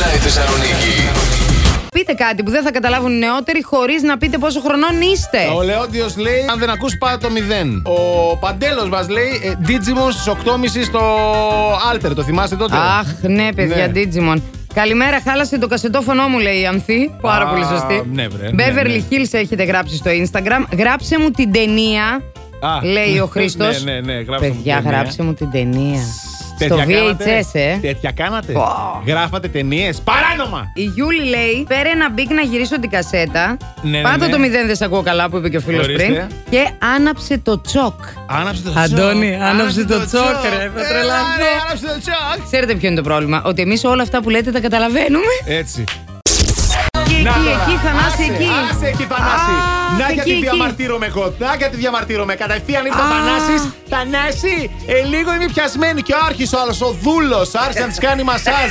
Θεσσαλονίκη. Πείτε κάτι που δεν θα καταλάβουν οι νεότεροι χωρίς να πείτε πόσο χρονών είστε. Ο Λεόντιος λέει: Αν δεν ακούς πάρα το 0. Ο Παντέλος μας λέει: ε, Digimon στις 8.30 στο Alter. Το θυμάστε τότε. Αχ, ναι, παιδιά, Ναι. Digimon. Καλημέρα, χάλασε το κασετόφωνο μου, λέει η Ανθή. Πάρα Α, πολύ σωστή. ναι, βρε, ναι, Beverly ναι. Hills έχετε γράψει στο Instagram. Γράψε μου την ταινία, Α, ναι, λέει ο Χρήστος. Ναι, ναι, ναι, γράψε μου την Παιδιά, ταινία. γράψε μου την ταινία. Στο Τέτοια κάνατε? VHS, ε. Τέτοια κάνατε. Πω. Γράφατε ταινίες. Παράνομα! Η Γιούλη λέει: Πέρε ένα μπικ να γυρίσω την κασέτα. Ναι, ναι, Πάτα ναι. το μηδέν, δεν σε ακούω καλά που είπε και ο φίλος Ορίστε. πριν. Και άναψε το τσοκ. Άναψε το τσόκ. Αντώνη, άναψε το τσόκ, ρε, θα Έλα, τρελαθώ. ρε, Ε, ναι, Άναψε το τσόκ. Ξέρετε ποιο είναι το πρόβλημα. Ότι εμείς όλα αυτά που λέτε τα καταλαβαίνουμε. Έτσι. Και εκεί, Να τώρα. εκεί, Θανάση, Άσε, εκεί. Άσε εκεί, Θανάση. Α, Να γιατί εκεί. διαμαρτύρομαι εγώ. Να γιατί διαμαρτύρομαι. Κατευθείαν ήρθε ο Α. Θανάση. Θανάση, ε, λίγο είμαι πιασμένη. Και άρχισε ο άλλος ο δούλος. Άρχισε να της κάνει μασάζ.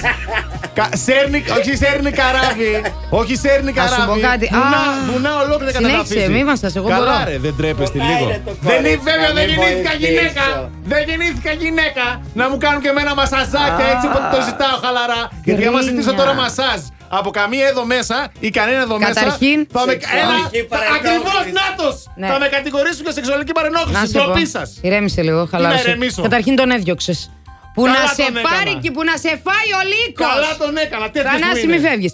Κα- σέρνει, όχι σέρνει καράβι. Όχι σέρνει σου καράβι. πω κάτι. Βουνά, Α. βουνά ολόκληρα Συνέχισε, καταφύγει. μη μας, εγώ Καλά, μπορώ. ρε, δεν τρέπεστε Κοντά λίγο. είναι το Δεν είναι κορίτσι, βέβαια, να δεν μην γεννήθηκα βοηθήσω. γυναίκα. Δεν γεννήθηκα γυναίκα. Να μου κάνουν και εμένα μασαζάκια έτσι όποτε το ζητάω χαλαρά. Γιατί άμα Γκρίνια. ζητήσω τώρα μασάζ από καμία εδώ μέσα ή κανένα εδώ Καταρχήν, μέσα. Θα με... σεξουαλική παρενόχληση. Ακριβώς νάτος! Ναι. Θα με κατηγορήσουν για σεξουαλική παρενόχληση. Στροπή σας. Ηρέμησε λίγο, χαλάρωσε. ηρεμήσω. Καταρχήν τον έδιωξες. Που Καλά να σε τον έκανα. πάρει και που να σε φάει ο λύκος. Καλά τον έκανα. Τέτοιο Θανάση, μη φεύγει.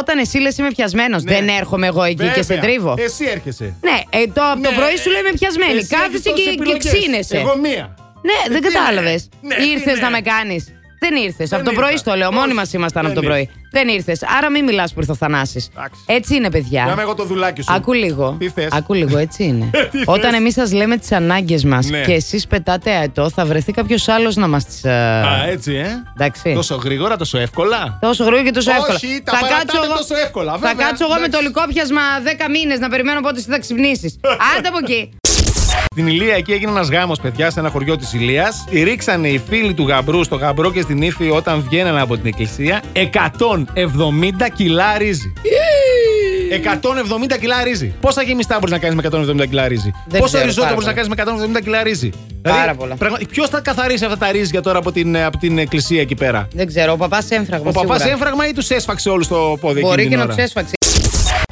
Όταν εσύ λες είμαι πιασμένος, δεν έρχομαι εγώ εκεί και σε τρίβω. Ναι. Εσύ έρχεσαι. Ναι, ε, το, από το Ναι, πρωί σου λέμε πιασμένη. εσύ έχεις Κάθεσαι τόσες και, και επιλογές. ξύνεσαι. Εγώ μία. Ναι, δεν τι κατάλαβες. ναι. Ναι, τι Ήρθες ναι. να με κάνεις. Δεν ήρθες. Δεν Από το ήρθα. πρωί στο λέω. Μόνοι μα Όχι, ήμασταν από το δεν πρωί. Δεν ήρθες. Άρα μην μιλάς που ήρθε ο Θανάσης. Εντάξει. Έτσι είναι, Να παιδιά. είμαι εγώ το δουλάκι σου. Ακού λίγο. Τι θες. Ε, Ακού λίγο, έτσι είναι. Τι θες. Όταν εμείς σας λέμε τις ανάγκες μας Ναι. και εσείς πετάτε αετό, θα βρεθεί κάποιος άλλος να μας τις. Α, έτσι, ε. Εντάξει. Τόσο γρήγορα, τόσο εύκολα. Τόσο γρήγορα και τόσο Όχι, εύκολα. τα παρατάτε τόσο εύκολα, θα βέβαια. κάτσω εγώ με το Εντάξει. λυκόπιασμα 10 μήνες να περιμένω πότε εσύ θα ξυπνήσεις. Άντε από εκεί. Στην Ηλία εκεί έγινε ένας γάμος, παιδιά, σε ένα χωριό της Ηλίας. Ρίξανε οι φίλοι του γαμπρού στο γαμπρό και στην ύφη όταν βγαίνανε από την εκκλησία 170 κιλά ρύζι. 170 κιλά ρύζι. Πόσα γεμιστά μπορείς να κάνεις με 170 κιλά ρύζι. Δεν Πόσα ξέρω, ριζότο πάρα μπορείς να κάνεις με 170 κιλά ρύζι. Πάρα πολλά. Ποιος θα καθαρίσει αυτά τα ρύζια τώρα από την, από την εκκλησία εκεί πέρα. Δεν ξέρω, ο παπάς έμφραγμα. Ο παπάς σίγουρα. έφραγμα ή τους έσφαξε όλους το πόδι Μπορεί και εκείνη την να ώρα. τους έσφαξε.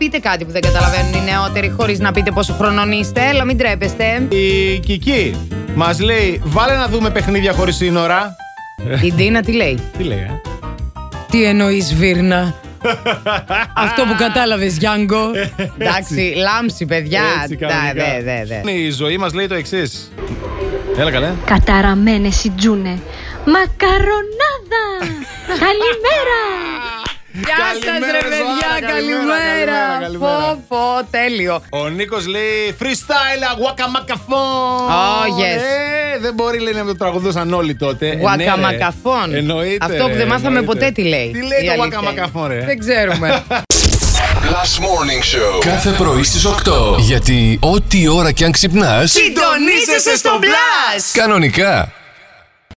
Πείτε κάτι που δεν καταλαβαίνουν οι νεότεροι χωρίς να πείτε πόσο χρονών είστε. Έλα, μην τρέπεστε. Η Κική μας λέει, βάλε να δούμε παιχνίδια χωρίς σύνορα. Η Ντίνα τι λέει. Τι λέει, ε? Τι εννοείς, Βίρνα. Αυτό που κατάλαβες, Γιάνγκο. Εντάξει, λάμψη, παιδιά. Ναι, Έτσι, Τα, κανονικά. δε, δε, δε. Η ζωή μας λέει το εξής. Έλα καλέ. Καταραμένες οι τζούνε. Μακαρονάδα! Καλημέρα! Γεια σα, Καλημέρα, ρε Ζωάρα, παιδιά, καλημέρα, καλημέρα, καλημέρα. καλημέρα. Πω, πω, τέλειο. Ο Νίκος λέει freestyle, guacamacafon. Oh, yes. Ε, δεν μπορεί λέει, να το τραγουδούσαν όλοι τότε. Ε, ναι, ρε. Γουακαμακαφών. Εννοείται. Αυτό που ρε, δεν μάθαμε εννοείται. ποτέ τι λέει. Τι λέει η το αλήθεια guacamacafon, είναι. ρε. Δεν ξέρουμε. Last Morning Show. Κάθε πρωί στις 8. Γιατί ό,τι ώρα κι αν ξυπνάς, Συντονίζεσαι στο μπλα! κανονικά.